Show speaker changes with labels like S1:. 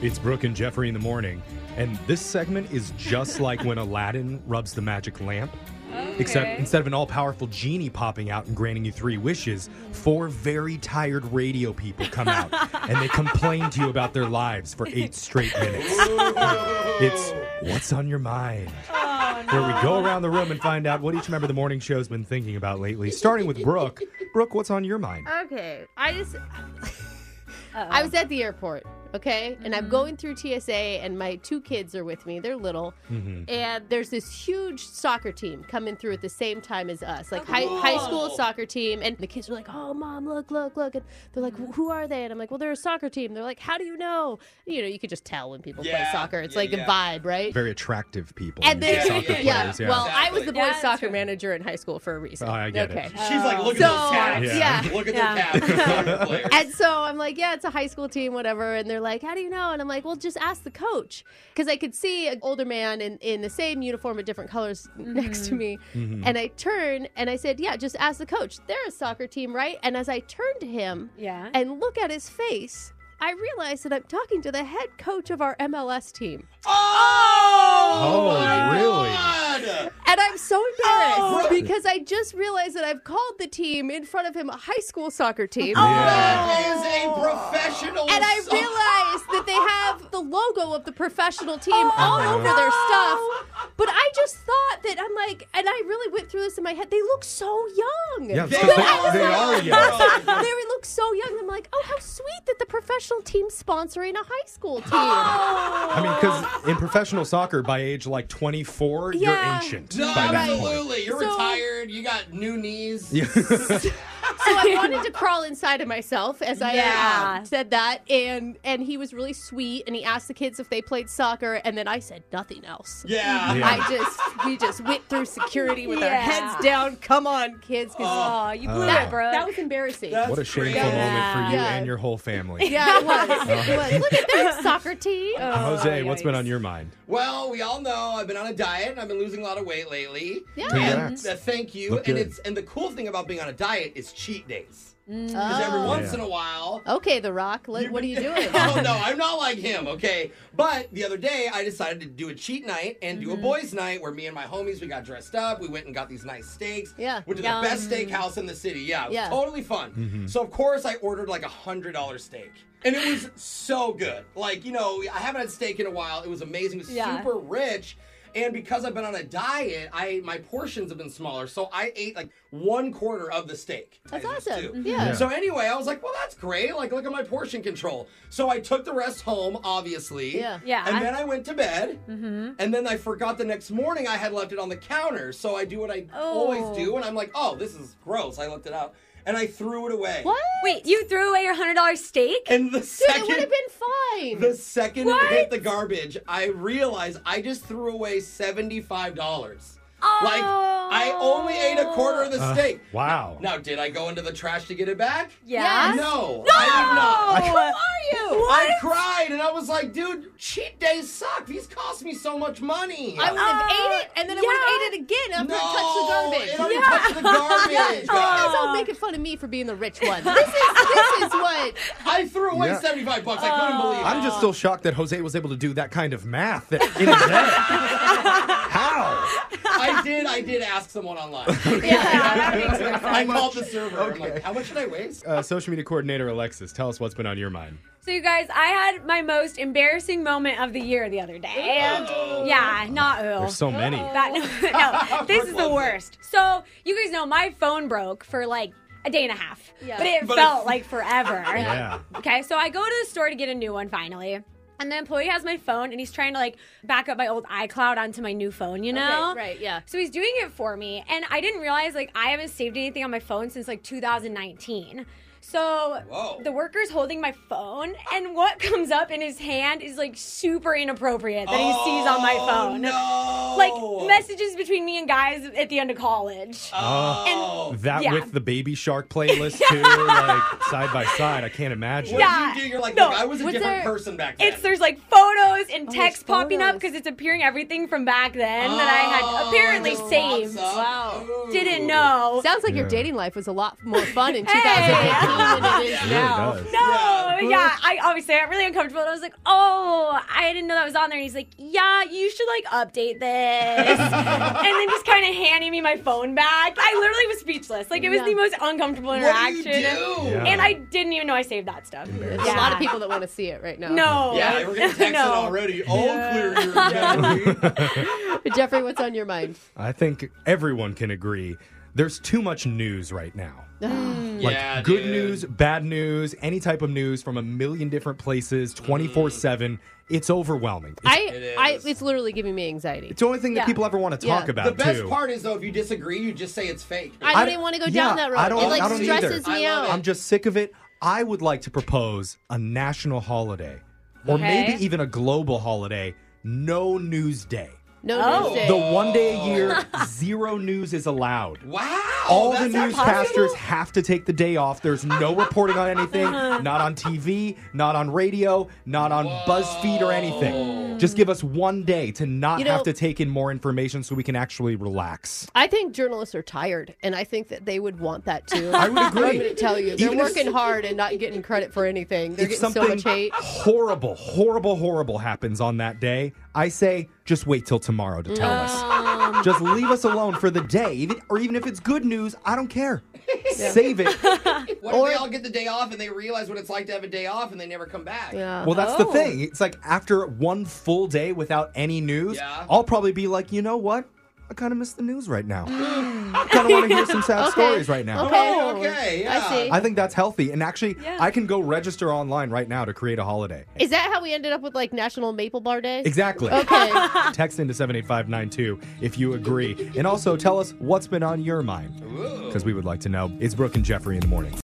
S1: It's Brooke and Jeffrey in the morning, and this segment is just like when Aladdin rubs the magic lamp. Except instead of an all powerful genie popping out and granting you three wishes, four very tired radio people come out and they complain to you about their lives for eight straight minutes. it's What's on Your Mind? Where we go around the room and find out what each member of the morning show has been thinking about lately, starting with Brooke. Brooke, what's on your mind?
S2: Okay. I just I was at the airport, okay? And
S3: Mm-hmm.
S2: I'm going through TSA and my two kids are with me. They're little.
S1: Mm-hmm.
S2: And there's this huge soccer team coming through at the same time as us. Like high, high school soccer team and the kids are like, "Oh, mom, look, look, look." And they're like,
S3: Mm-hmm.
S2: "Who are they?" And I'm like, "Well, they're a soccer team." They're like, "How do you know?" You know, you could just tell when people play
S3: Yeah,
S2: soccer. It's
S3: yeah,
S2: like
S3: yeah.
S2: a vibe, right?
S1: Very attractive people.
S2: and
S1: usually
S2: then,
S1: soccer
S2: yeah,
S1: players, yeah.
S2: well, I was
S3: Exactly.
S2: the boys'
S4: Yeah,
S2: soccer
S4: true.
S2: manager in high school for a reason.
S1: Oh, I get it.
S2: okay.
S3: She's like, look
S2: So,
S3: at those caps.
S2: yeah.
S3: Look at
S4: Yeah.
S3: their caps. They're players.
S2: And so I'm like, yeah, it's a high school team, whatever. And they're like, how do you know? And I'm like, well, just ask the coach. Because I could see an older man in, in the same uniform but different colors next to me. And I turn and I said, yeah, just ask the coach. They're a soccer team, right? And as I turn to him
S4: Yeah.
S2: and look at his face, I realize that I'm talking to the head coach of our MLS team.
S3: Oh,
S1: Oh,
S3: my
S1: really?
S3: God.
S2: And I'm so embarrassed because I just realized that I've called the team in front of him a high school soccer team.
S3: Oh, That is a professional.
S2: And I
S3: soccer-
S2: realized that they have the logo of the professional team all over their stuff. But I just thought that I'm like, and I really went through this in my head. They look so young.
S1: Yeah,
S2: They,
S1: because they, they are young.
S2: look so young. I'm like, oh, how sweet that the professional team's sponsoring a high school team.
S1: I mean, because in professional soccer, by age like 24, you're
S2: Yeah.
S1: ancient.
S3: No,
S1: by that point.
S3: absolutely. You're
S2: So-
S3: retired. You got new knees.
S1: Yeah.
S2: So I wanted to crawl inside of myself as I
S4: Yeah.
S2: uh, said that, and and he was really sweet, and he asked the kids if they played soccer, and then I said nothing else.
S3: Yeah.
S1: Yeah.
S2: I just we just went through security with our
S4: Yeah.
S2: heads down. Come on, kids. 'cause
S4: Oh, you blew
S1: Oh.
S4: it, bro.
S2: That was embarrassing.
S3: That's
S1: what a shameful
S3: crazy.
S1: moment for you
S2: Yeah.
S1: and your whole family. Uh,
S2: yeah, it was. It was. Look at their soccer team.
S3: Oh.
S1: Jose, what's been
S4: yikes.
S1: on your mind?
S3: Well, we all know I've been on a diet and I've been losing a lot of weight lately.
S2: Yeah.
S1: Congrats.
S3: And, uh, thank you.
S1: Look
S3: and
S1: good.
S3: it's and the cool thing about being on a diet is cheat days. Because every
S2: Oh.
S3: once in a while.
S2: Okay, The Rock. What, what are you doing?
S3: oh no, I'm not like him, okay? But the other day I decided to do a cheat night and
S2: Mm-hmm.
S3: do a boys' night where me and my homies we got dressed up, we went and got these nice steaks.
S2: Yeah.
S3: Went to
S4: Yum.
S3: the best steakhouse in the city. Yeah, it was
S2: Yeah.
S3: totally fun. So of course I ordered like a hundred dollar steak. And it was so good. Like, you know, I haven't had steak in a while. It was amazing. It was
S4: Yeah.
S3: super rich. And because I've been on a diet, I my portions have been smaller. So I ate like one quarter of the steak.
S2: That's
S3: I just do.
S2: awesome. Mm-hmm. Yeah.
S3: So anyway, I was like, well, that's great. Like, look at my portion control. So I took the rest home, obviously.
S2: Yeah.
S4: Yeah.
S3: And then I went to bed. Mm-hmm. And then I forgot the next morning I had left it on the counter. So I do what I always do, and I'm like, oh, this is gross. I left it out, and I threw it away.
S2: What?
S4: Wait, you threw away your hundred dollar steak?
S3: And the
S2: Dude,
S3: second
S2: it would have been fine.
S3: the second
S4: What?
S3: it hit the garbage, I realized I just threw away seventy five dollars. Like I only ate a quarter of the
S1: Uh,
S3: steak.
S1: wow.
S3: Now, did I go into the trash to get it back?
S4: yeah. Oh,
S3: No, I did not.
S4: Who are you?
S3: I cried and I was like, dude, cheat days suck. These cost me so much money.
S2: I would have
S4: Oh,
S2: ate it, and then I would have
S4: yeah.
S2: ate it again after
S3: no,
S2: I touched the
S3: It
S2: garbage.
S3: already touched the garbage.
S2: You guys
S4: Oh.
S3: guys.
S2: all making fun of me for being the rich one. This is this is what
S3: I threw away
S1: Yeah.
S3: 75 bucks. I couldn't believe it.
S1: I'm just still shocked that Jose was able to do that kind of math that- in a day. How?
S4: Oh.
S3: I did. I did ask someone online. I called the server. I'm like, how much did I waste?
S1: Uh, social media coordinator Alexis, tell us what's been on your mind.
S4: So you guys, I had my most embarrassing moment of the year the other day. And yeah, not ew.
S1: There's so many.
S4: That- no, no, this is the
S3: Loves it.
S4: worst. So you guys know my phone broke for like a day and a half,
S2: Yeah.
S4: but it
S3: But
S4: felt
S3: it's-
S4: like forever.
S1: Yeah.
S4: Okay, so I go to the store to get a new one finally. And the employee has my phone and he's trying to like back up my old iCloud onto my new phone, you know?
S2: Okay, right, yeah.
S4: So he's doing it for me. And I didn't realize like I haven't saved anything on my phone since like 2019. So
S3: Whoa.
S4: the worker's holding my phone and what comes up in his hand is like super inappropriate that he sees on my
S3: Oh,
S4: phone.
S3: No.
S4: Like messages between me and guys at the end of college.
S3: Oh.
S1: That
S4: Yeah.
S1: with the Baby Shark playlist too, like side by side. I can't imagine.
S3: what
S4: Yeah.
S3: did you do? You're like,
S4: No,
S3: look, I was a
S2: was
S3: different
S2: there-
S3: person back then.
S4: It's there's like photos and
S2: Oh, there's
S4: text popping up
S2: photos.
S4: because it's appearing everything from back then that I had
S3: Oh,
S4: apparently
S3: just
S4: saved.
S3: pops up. Ooh.
S4: Didn't know.
S2: sounds like your
S1: Yeah.
S2: dating life was a lot more fun in
S4: Hey!
S2: 2018. funny than it is
S1: It really
S2: now.
S1: does.
S4: No,
S3: Yeah.
S4: yeah, I obviously got really uncomfortable. And I was like, oh, I didn't know that was on there. And he's like, yeah, you should like update this. and then just kind of handing me my phone back. I literally was speechless. Like, it was
S2: Yeah.
S4: the most uncomfortable
S3: What do
S4: interaction.
S3: you do?
S1: Yeah.
S4: And I didn't even know I saved that stuff.
S1: Embarrassing.
S2: There's a lot of people that want to see it right now.
S4: No.
S3: Yeah, we're gonna text it
S4: no.
S3: already. All clear your memory.
S2: Jeffrey, what's on your mind?
S1: I think everyone can agree there's too much news right now. Like
S3: Yeah,
S1: good
S3: dude.
S1: news, bad news, any type of news from a million different places,
S3: Mm.
S1: 24 7. It's overwhelming. It's,
S2: I,
S3: It
S2: I,
S3: is.
S2: it's literally giving me anxiety.
S1: it's the only thing that
S4: Yeah.
S1: people ever want to talk
S2: Yeah.
S1: about,
S3: The best
S1: too.
S3: part is though, if you disagree, you just say it's fake.
S2: I
S1: I
S2: don't
S1: d-
S2: even want to go
S1: yeah,
S2: down that road.
S1: I don't-
S2: it like
S1: I don't either.
S2: stresses me
S3: I love
S2: out.
S3: it.
S1: I'm just sick of it. I would like to propose a national holiday or
S4: Okay.
S1: maybe even a global holiday, no news day.
S2: No
S4: Oh.
S2: news day.
S1: The one day a year, zero news is allowed.
S3: wow.
S1: All the
S3: Oh, that's not
S1: newscasters
S3: possible?
S1: have to take the day off. There's no reporting on anything, not on TV, not on radio, not on BuzzFeed or anything. Just give us one day to not
S2: You know-
S1: have to take in more information so we can actually relax.
S2: I think journalists are tired, and I think that they would want that too.
S1: I would agree.
S2: I'm going to tell you, they're
S1: Even if-
S2: working hard and not getting credit for anything. They're
S1: If
S2: getting so
S1: something
S2: much hate.
S1: horrible, horrible, horrible happens on that day, I say just wait till tomorrow to tell us. Just leave us alone for the day. Even- Or even if it's good news, I don't care. Save it.
S3: What if they all get the day off and they realize what it's like to have a day off and they never come back?
S2: Yeah.
S1: Well, that's the
S4: Oh.
S1: thing. It's like after one full day without any news,
S3: Yeah.
S1: I'll probably be like, you know what? I kind of miss the news right now. I kind of want to hear some sad
S2: Okay.
S1: stories right now.
S2: Okay.
S3: Oh, okay, yeah.
S2: I see.
S1: I think that's healthy. And actually,
S4: Yeah.
S1: I can go register online right now to create a holiday.
S2: Is that how we ended up with like National Maple Bar Day?
S1: Exactly.
S2: Okay.
S1: Text into 78592 if you agree. And also tell us what's been on your mind
S3: Ooh.
S1: because we would like to know. It's Brooke and Jeffrey in the morning.